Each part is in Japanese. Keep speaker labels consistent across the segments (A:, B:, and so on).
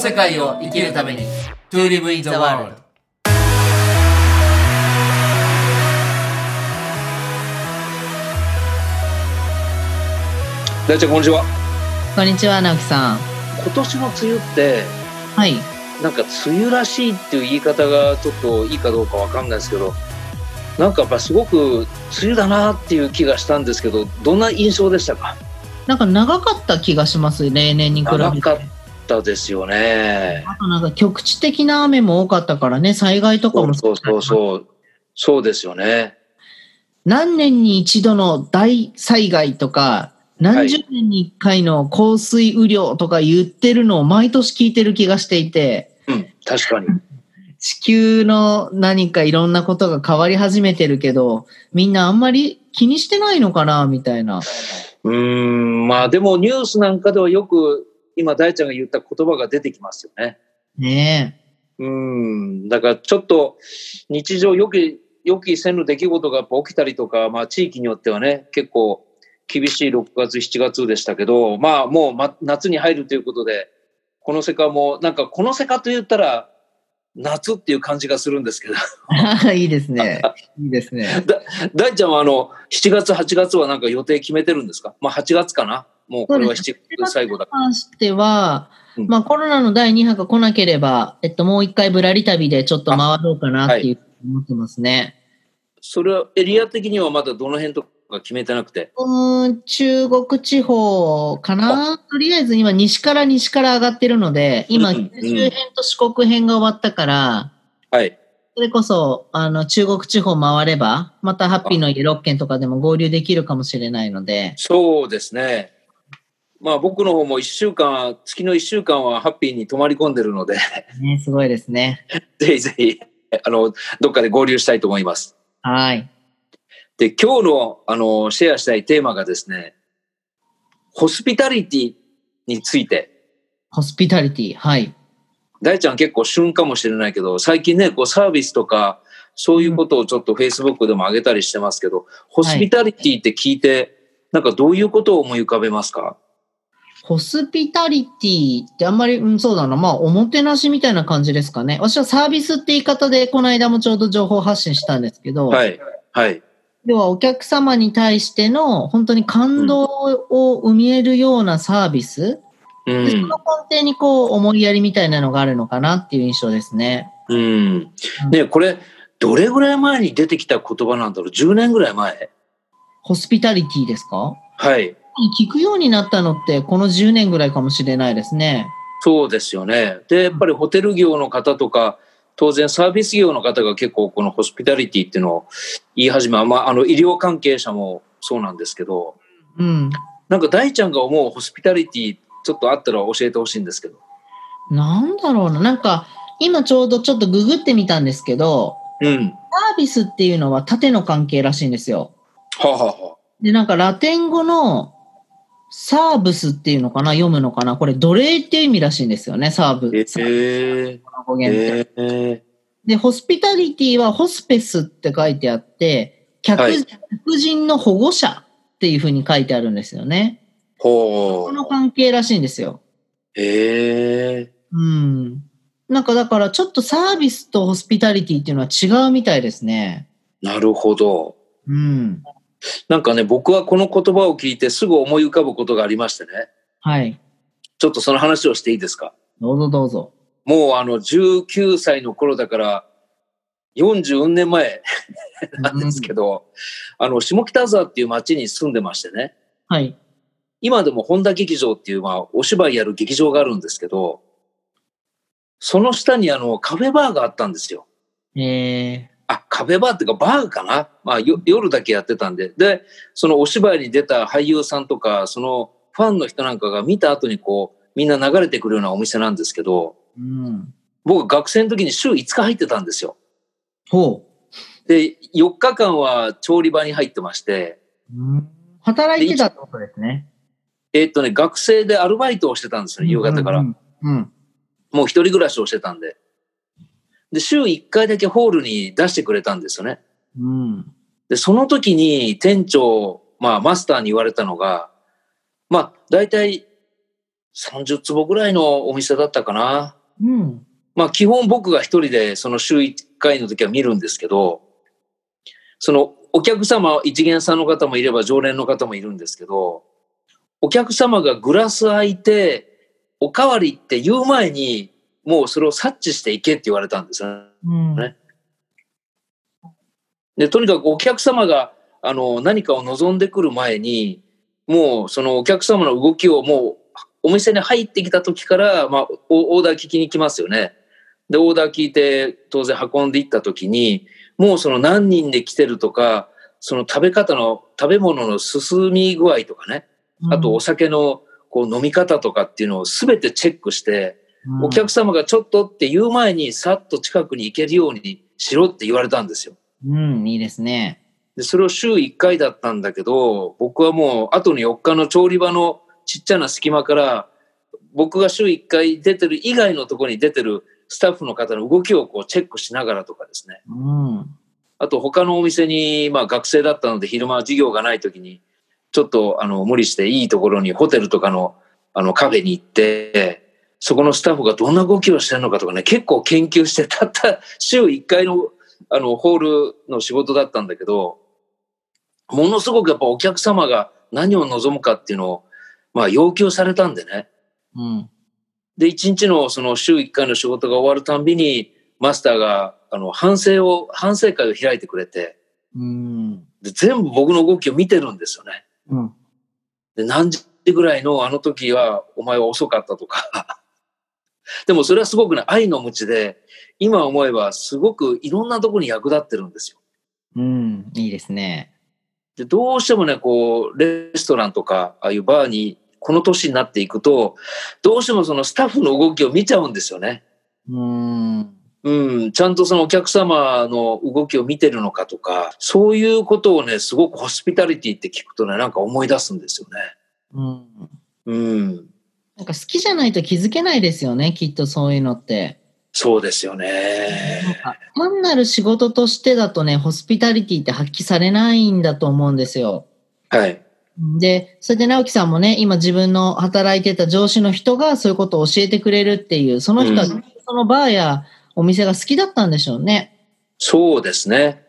A: 世界を生きるために To live in the world
B: 大ちゃんこんにちは
C: こんにちは、直樹さん。
B: 今年の梅雨って
C: はい。
B: なんか梅雨らしいっていう言い方がちょっといいかどうかわかんないですけどなんかやっぱすごく梅雨だなっていう気がしたんですけどどんな印象でしたか
C: なんか長かった気がします、例年に比べて。
B: 長かったですよね
C: あとなんか局地的な雨も多かったからね、災害とか
B: そ
C: も
B: うそうそうそうそうですよね
C: 何年に一度の大災害とか、何十年に一回の降水雨量とか言ってるのを毎年聞いてる気がしていて、
B: うん確かに
C: 地球の何かいろんなことが変わり始めてるけど、みんなあんまり気にしてないのかな、みたいな。
B: うーんまあでもニュースなんかではよく今大ちゃんが言った言葉が出てきますよね
C: ね え。
B: うん、だからちょっと日常予期、予期せぬ出来事がやっぱ起きたりとか、まあ地域によってはね、結構厳しい6月、7月でしたけど、まあもう、ま、夏に入るということで、この世界も、なんかこの世界と言ったら、夏っていう感じがするんですけど、
C: いいですね。いいですね。
B: 大ちゃんはあの、7月、8月はなんか予定決めてるんですかまあ8月かなもうこれは7月最後だ
C: に。関しては、
B: うん
C: まあコロナの第2波が来なければ、えっともう一回ぶらり旅でちょっと回ろうかなっていう思ってますね。
B: それはエリア的にはまだどの辺とか決めてなくて。
C: うーん、中国地方かなとりあえず今西から西から上がってるので、
B: う
C: 今
B: んうん
C: 九州編と四国編が終わったから、
B: はい。
C: それこそ、あの、中国地方回れば、またハッピーの家6県とかでも合流できるかもしれないので、
B: そうですね。まあ僕の方も1週間、月の1週間はハッピーに泊まり込んでるので、
C: ね、すごいですね。
B: ぜひぜひ、あの、どっかで合流したいと思います。
C: はい。
B: で、今日の、あの、シェアしたいテーマがですね、ホスピタリティについて、
C: ホスピタリティ、はい。
B: 大ちゃん結構旬かもしれないけど、最近ね、こうサービスとか、そういうことをちょっと Facebook でも上げたりしてますけど、ホスピタリティって聞いて、なんかどういうことを思い浮かべますか
C: ホスピタリティってあんまり、うん、そうだな。まあ、おもてなしみたいな感じですかね。私はサービスって言い方で、この間もちょうど情報発信したんですけど、
B: はい。はい。
C: 要はお客様に対しての本当に感動を生み得るようなサービス、
B: う
C: でそ
B: ん。
C: の根底にこう、思いやりみたいなのがあるのかなっていう印象ですね。
B: うん。ねこれ、どれぐらい前に出てきた言葉なんだろう ?10 年ぐらい前
C: ホスピタリティですか
B: はい。
C: 聞くようになったのって、この10年ぐらいかもしれないですね。
B: そうですよね。で、やっぱりホテル業の方とか、当然サービス業の方が結構このホスピタリティっていうのを言い始め、まあ、あの、医療関係者もそうなんですけど、
C: うん。
B: なんか大ちゃんが思うホスピタリティ、ちょっとあったら教えてほしいんですけど。
C: なんだろうな。なんか、今ちょうどちょっとググってみたんですけど、
B: うん。
C: サービスっていうのは縦の関係らしいんですよ。
B: はあ、はあはあ
C: で、なんかラテン語のサーブスっていうのかな読むのかなこれ奴隷っていう意味らしいんですよね、サーブ。
B: え
C: サーブ
B: ー、
C: の語源って。
B: えー、
C: で、ホスピタリティはホスペスって書いてあって、客,、
B: はい
C: 客人の保護者っていうふうに書いてあるんですよね。
B: ほ
C: この
B: う。
C: 関係らしいんですよ。
B: えー、
C: うん。なんかだからちょっとサービスとホスピタリティっていうのは違うみたいですね。
B: なるほど。
C: うん。
B: なんかね、僕はこの言葉を聞いてすぐ思い浮かぶことがありましてね。
C: はい。
B: ちょっとその話をしていいですか
C: どうぞどうぞ。
B: もうあの、19歳の頃だから、44年前なんですけど、あの、下北沢っていう町に住んでましてね。
C: はい。
B: 今でも本田劇場っていう、まあ、お芝居やる劇場があるんですけど、その下にあの、カフェバーがあったんですよ。
C: え
B: あ、カフェバーっていうかバーかなまあよ、夜だけやってたんで。で、そのお芝居に出た俳優さんとか、そのファンの人なんかが見た後にこう、みんな流れてくるようなお店なんですけど、
C: ー、うん。
B: 僕学生の時に週5日入ってたんですよ。
C: ほ
B: で、4日間は調理場に入ってまして、
C: う。うん、働いてたってことですね。
B: えーっとね、学生でアルバイトをしてたんですよ、夕方から。
C: うんうん、うん。
B: もう一人暮らしをしてたんで。で、週1回だけホールに出してくれたんですよね。
C: うん。
B: で、その時に店長、まあマスターに言われたのが、まあ大体30坪ぐらいのお店だったかな。
C: うん。
B: まあ基本僕が一人でその週1回の時は見るんですけど、そのお客様、一元さんの方もいれば常連の方もいるんですけど、お客様がグラス空いて、おかわりって言う前に、もうそれを察知していけって言われたんですね。
C: うん。
B: ねで、とにかくお客様が、あの、何かを望んでくる前に、もう、そのお客様の動きをもう、お店に入ってきた時から、まあ、おオーダー聞きに来ますよね。で、オーダー聞いて、当然運んでいった時に、もうその何人で来てるとか、その食べ方の、食べ物の進み具合とかね、あとお酒のこう飲み方とかっていうのを全てチェックして、
C: うん、
B: お客様がちょっとって言う前に、さっと近くに行けるようにしろって言われたんですよ。
C: うん、いいですね。
B: で、それを週1回だったんだけど、僕はもう、後の4日の調理場のちっちゃな隙間から、僕が週1回出てる以外のところに出てるスタッフの方の動きをこうチェックしながらとかですね。
C: うん。
B: あと他のお店に、まあ学生だったので昼間は授業がない時に、ちょっとあの無理していいところにホテルとかのあのカフェに行って、そこのスタッフがどんな動きをしてるのかとかね、結構研究して、たった週1回のあのホールの仕事だったんだけど、ものすごくやっぱお客様が何を望むかっていうのを、まあ要求されたんでね。
C: うん。
B: で、一日のその週一回の仕事が終わるたんびに、マスターが、あの、反省を、反省会を開いてくれて、
C: うん。
B: で、全部僕の動きを見てるんですよね。
C: うん。
B: で、何時ぐらいのあの時は、お前は遅かったとか。 でもそれはすごくね、愛の無知で、今思えばすごくいろんなとこに役立ってるんですよ。
C: うん。いいですね。
B: で、どうしてもね、こう、レストランとか、ああいうバーに、この年になっていくと、どうしてもそのスタッフの動きを見ちゃうんですよね。
C: うん。
B: うん、ちゃんとそのお客様の動きを見てるのかとか、そういうことをね、すごくホスピタリティって聞くとね、なんか思い出すんですよね。
C: うん。
B: うん、
C: なんか好きじゃないと気づけないですよね、きっとそういうのって。
B: そうですよ
C: なん
B: ね。
C: か単なる仕事としてだとね、ホスピタリティって発揮されないんだと思うんですよ。
B: はい。
C: で、それで直樹さんもね、今自分の働いてた上司の人がそういうことを教えてくれるっていう、その人は
B: うん
C: そのバーやお店が好きだったんでしょうね。
B: そうですね。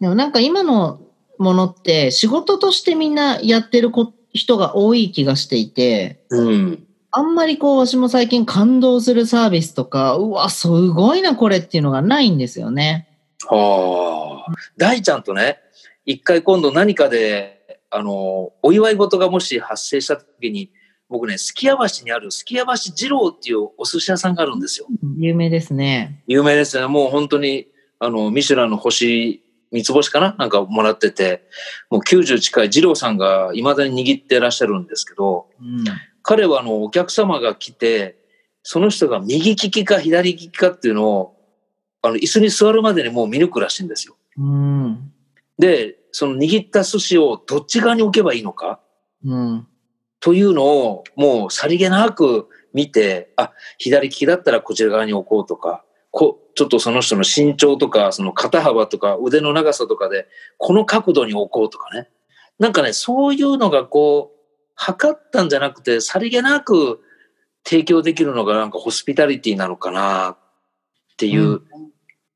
C: でもなんか今のものって仕事としてみんなやってるこ人が多い気がしていて、
B: うん。
C: あんまりこう、私も最近感動するサービスとか、うわ、すごいな、これっていうのがないんですよね。
B: はあ。大ちゃんとね、一回今度何かで、あの、お祝い事がもし発生した時に、僕ね、すきや橋にあるすきや橋二郎っていうお寿司屋さんがあるんですよ。
C: 有名ですね。
B: 有名ですね。もう本当に、あの、ミシュランの星、三つ星かななんかもらってて、もう90近い二郎さんが未だに握ってらっしゃるんですけど、
C: うん。
B: 彼はあの、お客様が来て、その人が右利きか左利きかっていうのを、あの、椅子に座るまでにもう見抜くらしいんですよ。
C: うん。
B: で、その握った寿司をどっち側に置けばいいのか
C: うん。
B: というのを、もうさりげなく見て、あ、左利きだったらこちら側に置こうとか、こちょっとその人の身長とか、その肩幅とか、腕の長さとかで、この角度に置こうとかね。なんかね、そういうのがこう、測ったんじゃなくて、さりげなく提供できるのがなんかホスピタリティなのかなっていう、
C: うん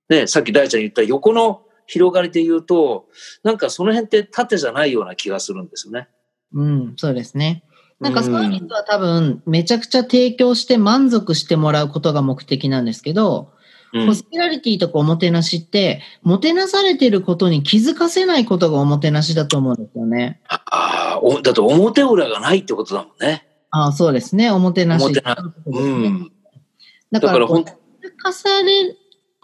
B: ね、さっき大ちゃん言った横の広がりで言うと、なんかその辺って縦じゃないような気がするんですよね。
C: うん。そうですね。なんか
B: う
C: サービスは多分、めちゃくちゃ提供して満足してもらうことが目的なんですけど、
B: うん
C: ホスピラリティとかおもてなしって、もてなされてることに気づかせないことがおもてなしだと思うんですよね。
B: ああ、おだって表裏がないってことだもんね。
C: ああ、そうですね。おもてなし。
B: おもてなうん。だ
C: だ
B: か
C: か
B: ら
C: ら、
B: ほ
C: お
B: ん
C: もてなされ、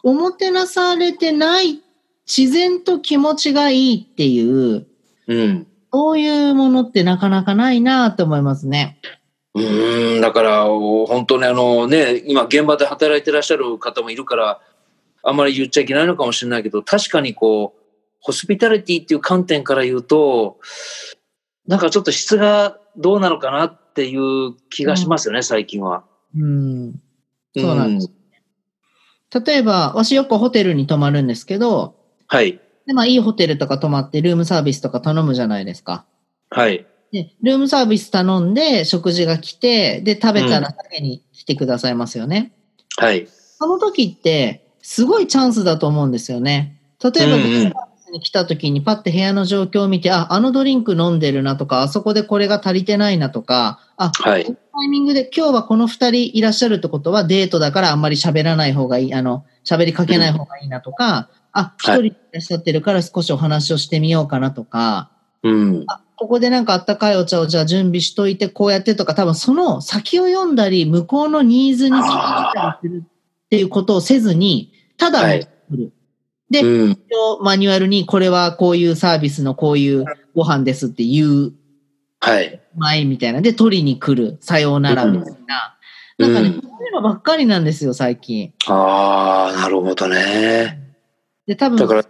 C: おもてなされてない、自然と気持ちがいいっていう、
B: うん。
C: そういうものってなかなかないなと思いますね。
B: うーん、だから、お本当にあのね、今現場で働いてらっしゃる方もいるから、あんまり言っちゃいけないのかもしれないけど、確かにこう、ホスピタリティっていう観点から言うと、なんかちょっと質がどうなのかなっていう気がしますよね、最近は。
C: うん。そうなん
B: です。
C: 例えば、わしよくホテルに泊まるんですけど、
B: はい。
C: で、まあ、いいホテルとか泊まって、ルームサービスとか頼むじゃないですか。
B: はい。
C: でルームサービス頼んで、食事が来て、で、食べたら酒に来てくださいますよね。
B: はい。
C: その時って、すごいチャンスだと思うんですよね。例えば、
B: うんうん
C: ルームサービスに来た時にパッて部屋の状況を見て、あ、あのドリンク飲んでるなとか、あそこでこれが足りてないなとか、あ、
B: はい
C: このタイミングで今日はこの二人いらっしゃるってことはデートだからあんまり喋らない方がいい、あの、喋りかけない方がいいなとか、あ、一
B: はい
C: 人いらっしゃってるから少しお話をしてみようかなとか、
B: うん。
C: あここでなんかあったかいお茶をじゃあ準備しといて、こうやってとか、多分その先を読んだり、向こうのニーズに聞いたりするっていうことをせずに、ただ、
B: はい
C: で
B: うん。
C: マニュアルにこれはこういうサービスのこういうご飯ですっていう
B: はい。
C: 前みたいな。で、取りに来る。さようならみたいな。
B: う
C: なんかね、
B: ん。
C: そういうのばっかりなんですよ、最近。
B: ああ、なるほどね。
C: で、多
B: だか
C: 分、
B: ら、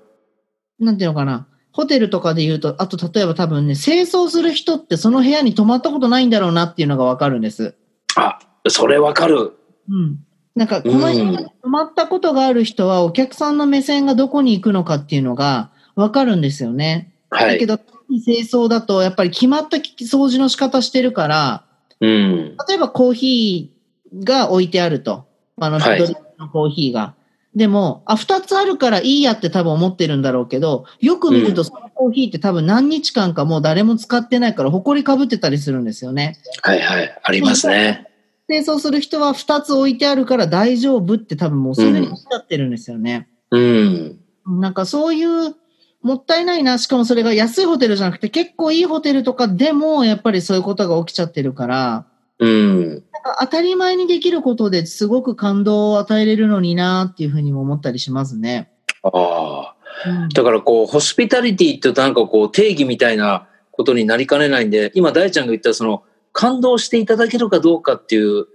C: なんていうのかな。ホテルとかで言うと、あと例えば多分ね、清掃する人ってその部屋に泊まったことないんだろうなっていうのがわかるんです。
B: あ、それわかる。
C: うん。なんか、この部屋に泊まったことがある人は、お客さんの目線がどこに行くのかっていうのがわかるんですよね。
B: は
C: だけ
B: い。
C: ど、清掃だと、やっぱり決まった掃除の仕方してるから、
B: うん。
C: 例えばコーヒーが置いてあると。あの、
B: はい
C: ドリンクのコーヒーが。でも、あ、二つあるからいいやって多分思ってるんだろうけど、よく見る
B: う
C: とそのコーヒーって多分何日間かもう誰も使ってないから、埃かぶってたりするんですよね。
B: はいはい。ありますね。
C: 清掃する人は二つ置いてあるから大丈夫って多分もうすでにおっしゃってるんですよね。
B: うん。
C: なんかそういう、もったいないな。しかもそれが安いホテルじゃなくて結構いいホテルとかでもやっぱりそういうことが起きちゃってるから、
B: うん。
C: なんか当たり前にできることですごく感動を与えれるのになっていうふうにも思ったりしますね。
B: ああ。
C: うん
B: だからこう、ホスピタリティってなんかこう、定義みたいなことになりかねないんで、今大ちゃんが言ったその、感動していただけるかどうかっていう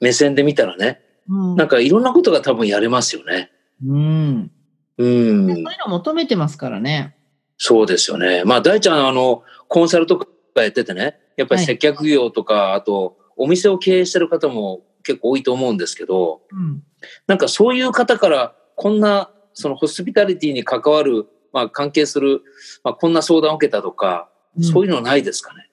B: 目線で見たらね、
C: うん
B: なんかいろんなことが多分やれますよね。
C: うん
B: う
C: そうい
B: ん
C: う。の求めてますからね。
B: そうですよね。まあ、大ちゃん、あの、コンサルとかやっててね、やっぱり
C: はい
B: 接客業とか、あと、お店を経営してる方も結構多いと思うんですけど、
C: うん
B: なんかそういう方から、こんな、そのホスピタリティに関わる、まあ、関係する、まあ、こんな相談を受けたとか、そういうのないですかね。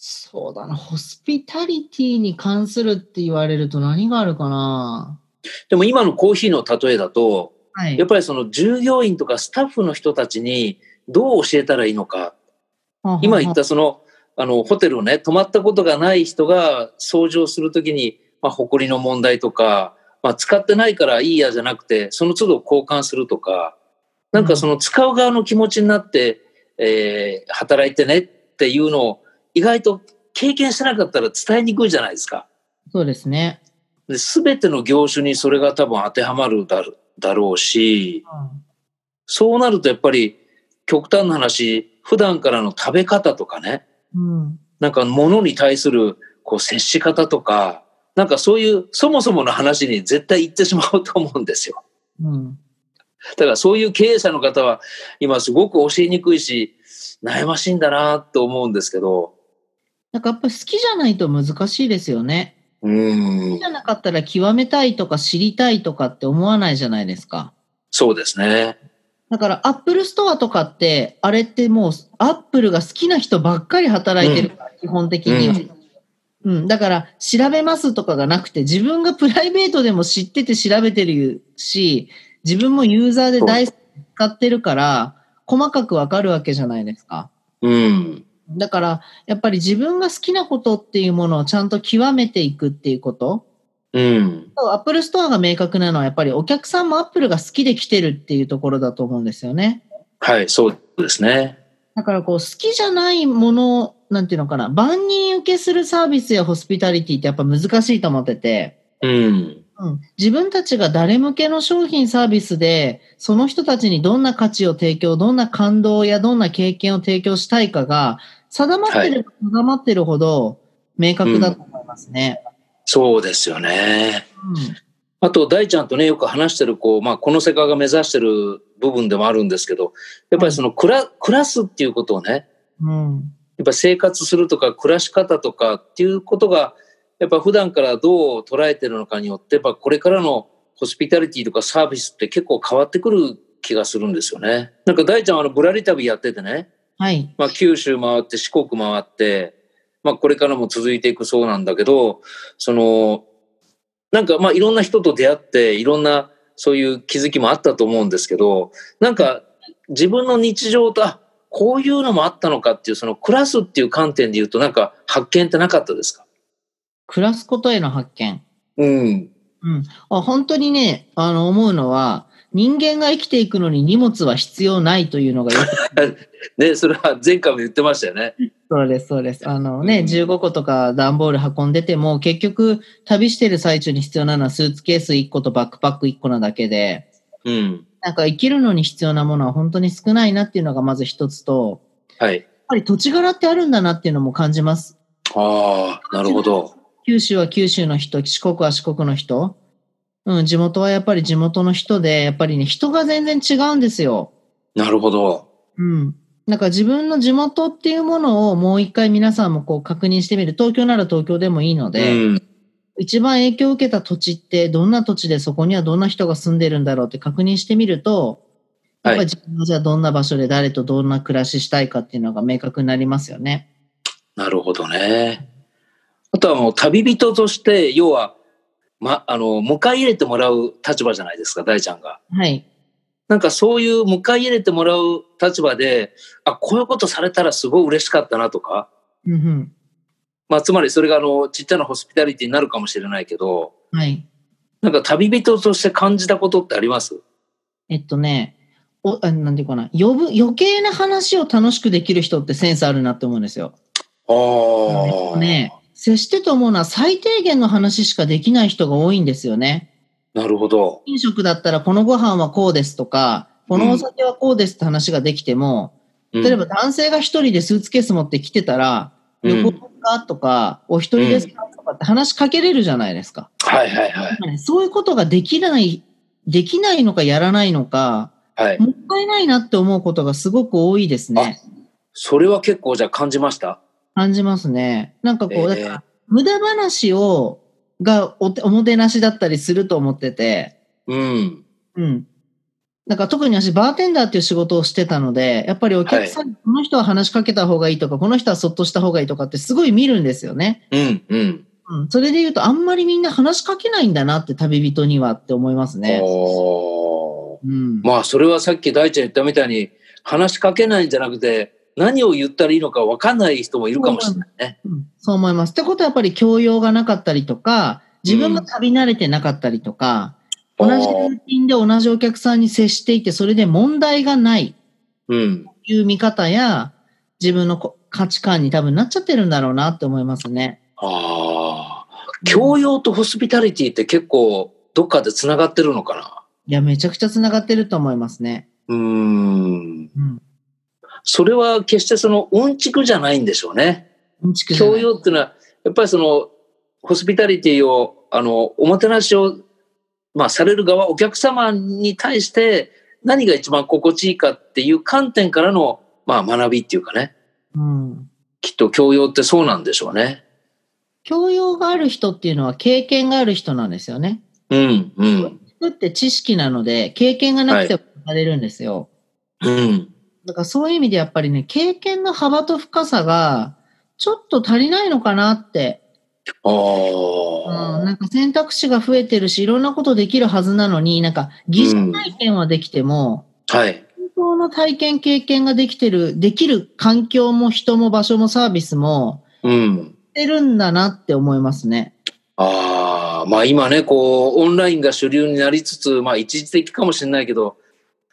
C: そうだな。ホスピタリティに関するって言われると何があるかな。
B: でも今のコーヒーの例えだと、
C: はい
B: やっぱりその従業員とかスタッフの人たちにどう教えたらいいのか、今言っ。たその、あの、ホテルをね、泊まったことがない人が掃除をするときに、まあ、誇りの問題とか、まあ、使ってないからいいやじゃなくて、その都度交換するとか、なんかその使う側の気持ちになって、えー働いてねっていうのを、意外と経験してなかったら伝えにくいじゃないですか。
C: そうですね。
B: で全ての業種にそれが多分当てはまるだろだろうし、そうなるとやっぱり極端な話、普段からの食べ方とかね、
C: うん。うん
B: なんか物に対するこう接し方とか、なんかそういうそもそもの話に絶対行ってしまうと思うんですよ。
C: うん
B: だからそういう経営者の方は今すごく教えにくいし、悩ましいんだなと思うんですけど。
C: なんかやっぱり好きじゃないと難しいですよね。
B: うーん
C: 好きじ。ゃなかったら極めたいとか知りたいとかって思わないじゃないですか。
B: そうですね。
C: だから、アップルストアとかって、あれってもう、アップルが好きな人ばっかり働いてるから、基本的には。うん、だから、調べますとかがなくて、自分がプライベートでも知ってて調べてるし、自分もユーザーで大好きに使ってるから、細かくわかるわけじゃないですか。
B: うん。
C: だから、やっぱり自分が好きなことっていうものをちゃんと極めていくっていうこと。
B: うん。
C: アップルストアが明確なのは、やっぱりお客さんもアップルが好きで来てるっていうところだと思うんですよね。
B: はい、そうですね。
C: だからこう好きじゃないもの、なんていうのかな、万人受けするサービスやホスピタリティってやっぱ難しいと思ってて、
B: うん。
C: うん、自分たちが誰向けの商品サービスで、その人たちにどんな価値を提供、どんな感動やどんな経験を提供したいかが、定まってる、定まってるほど明確だと思いますね。
B: そうですよね。
C: うん
B: あと、大ちゃんとね、よく話してる、こう、まあ、この世界が目指してる部分でもあるんですけど、やっぱりその、暮ら、暮らすっていうことをね、
C: うん
B: やっぱ生活するとか暮らし方とかっていうことがやっぱ普段からどう捉えてるのかによってやっぱこれからのホスピタリティとかサービスって結構変わってくる気がするんですよね。なんか大ちゃんあのぶらり旅やっててね
C: はい。
B: まあ、九州回って四国回って、まあ、これからも続いていくそうなんだけどそのなんかまあいろんな人と出会っていろんなそういう気づきもあったと思うんですけどなんか自分の日常とあこういうのもあったのかっていうその暮らすっていう観点で言うとなんか発見ってなかったですか
C: 暮らすことへの発見。
B: うん。
C: うん。あ本当にね、あの、思うのは、人間が生きていくのに荷物は必要ないというのがよく、
B: ねそれは前回も言ってましたよね。
C: そうです、そうです。あの
B: う
C: ね、
B: ん
C: 15個とか段ボール運んでても、結局、旅してる最中に必要なのはスーツケース1個とバックパック1個なだけで、
B: うん。
C: なんか生きるのに必要なものは本当に少ないなっていうのがまず一つと、
B: はい。
C: やっぱり土地柄ってあるんだなっていうのも感じます。
B: ああ、なるほど。
C: 九州は九州の人、四国は四国の人。うん、地元はやっぱり地元の人で、やっぱりね、人が全然違うんですよ。
B: なるほど。
C: うん。なんか自分の地元っていうものをもう一回皆さんもこう確認してみる。東京なら東京でもいいの
B: う
C: で、
B: ん。
C: 一番影響を受けた土地ってどんな土地でそこにはどんな人が住んでるんだろうって確認してみると、や
B: は
C: っぱり
B: い。
C: 自分はじゃあどんな場所で誰とどんな暮らししたいかっていうのが明確になりますよね。
B: なるほどね。あとはもう旅人として、要は、ま、あの、迎え入れてもらう立場じゃないですか、大ちゃんが。
C: はい。
B: なんかそういう迎え入れてもらう立場で、あ、こういうことされたらすごい嬉しかったなとか、
C: うん
B: まあ、つまりそれがあの、ちっちゃなホスピタリティになるかもしれないけど、
C: うん。はい。
B: なんか旅人として感じたことってあります
C: えっとね、お、あなんていうかな、呼ぶ、余計な話を楽しくできる人ってセンスあるなって思うんですよ。
B: あ
C: えっとね、接してと思うのは最低限の話しかできない人が多いんですよね。
B: なるほど。
C: 飲食だったらこのご飯はこうですとか、このお酒はこうですって話ができても、
B: うん
C: 例えば男性が一人でスーツケース持ってきてたら、
B: う
C: 旅
B: ん
C: 行かとか、お一人ですかとかって話しかけれるじゃないですか。
B: はいはいはい。
C: ねそういうことができない、できないのかやらないのか、
B: はい。
C: もったいないなって思うことがすごく多いですね。
B: それは結構じゃあ感じました
C: 感じますね。なんかこう、
B: え
C: だ
B: え
C: から無駄話を、がおておもてなしだったりすると思ってて、
B: うん。
C: うん。なんか特に私、バーテンダーっていう仕事をしてたので、やっぱりお客さんに、この人は話しかけた方がいいとか、この人はそっとした方がいいとかってすごい見るんですよね。
B: うんうん。
C: うん。それで言うと、あんまりみんな話しかけないんだなって、旅人にはって思いますね。
B: おー
C: うん。
B: まあそれはさっき大ちゃん言ったみたいに話しかけないんじゃなくて何を言ったらいいのか分かんない人もいるかもしれないね。
C: うんそう思います。ってことはやっぱり教養がなかったりとか、自分が旅慣れてなかったりとか、
B: あ
C: 同じル
B: ー
C: ーティンで同じお客さんに接していて、それで問題がない
B: うん、
C: という見方や、自分のこ価値観に多分なっちゃってるんだろうなって思いますね。
B: あー教養とホスピタリティって結構どっかでつながってるのかない
C: や、めちゃくちゃ繋がってると思いますね。
B: うーん
C: うん。
B: それは決してそのうんちくじゃないんでしょうね。
C: うんちくじゃな
B: 教
C: い
B: 養っていうのはやっぱりそのホスピタリティをあのおもてなしを、まあ、される側お客様に対して何が一番心地いいかっていう観点からの、まあ、学びっていうかね
C: うん。
B: きっと教養ってそうなんでしょうね。
C: 教養がある人っていうのは経験がある人なんですよね。
B: うんうん
C: だって知識なので、経験がなくても語れるんですよ。
B: うん
C: だからそういう意味でやっぱりね、経験の幅と深さが、ちょっと足りないのかなって。
B: あ
C: うん、
B: あ、
C: なんか選択肢が増えてるし、いろんなことできるはずなのに、なんか疑似体験はできても、
B: はい
C: 本当の体験、経験ができてる、できる環境も人も場所もサービスも、
B: うん
C: してるんだなって思いますね。
B: ああ、まあ今ね、こう、オンラインが主流になりつつ、まあ一時的かもしれないけど、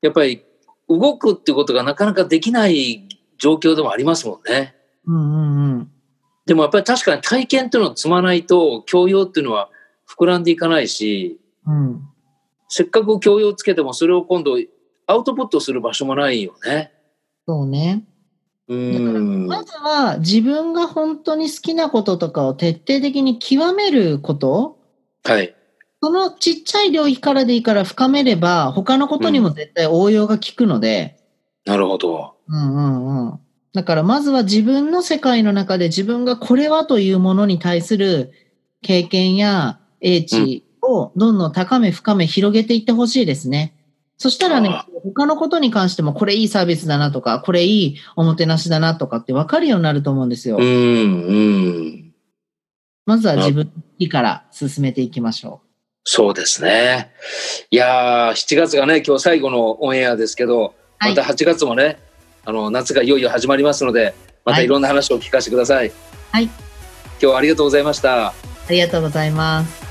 B: やっぱり動くっていうことがなかなかできない状況でもありますもんね。
C: うんうんうん。
B: でもやっぱり確かに体験っていうのを積まないと、教養っていうのは膨らんでいかないし、
C: うん。
B: せっかく教養をつけてもそれを今度アウトプットする場所もないよね。
C: そうね。
B: うーん。
C: まずは自分が本当に好きなこととかを徹底的に極めること
B: はい。
C: そのちっちゃい領域からでいいから深めれば、他のことにも絶対応用が効くので、
B: なるほど。
C: うんうんうん。だからまずは自分の世界の中で自分がこれはというものに対する経験や英知をどんどん高め深め広げていってほしいですね。そしたらね
B: あ、
C: 他のことに関しても、これいいサービスだなとか、これいいおもてなしだなとかって分かるようになると思うんですよ。
B: うん、うん。
C: まずは自分の日から進めていきましょ
B: そうですね。いやー、7月がね、今日最後のオンエアですけど、
C: はい
B: また8月もね、あの、夏がいよいよ始まりますので、また
C: はい
B: いろんな話を聞かせてください。
C: はい
B: 今日はありがとうございました。
C: う。ありがとうございます。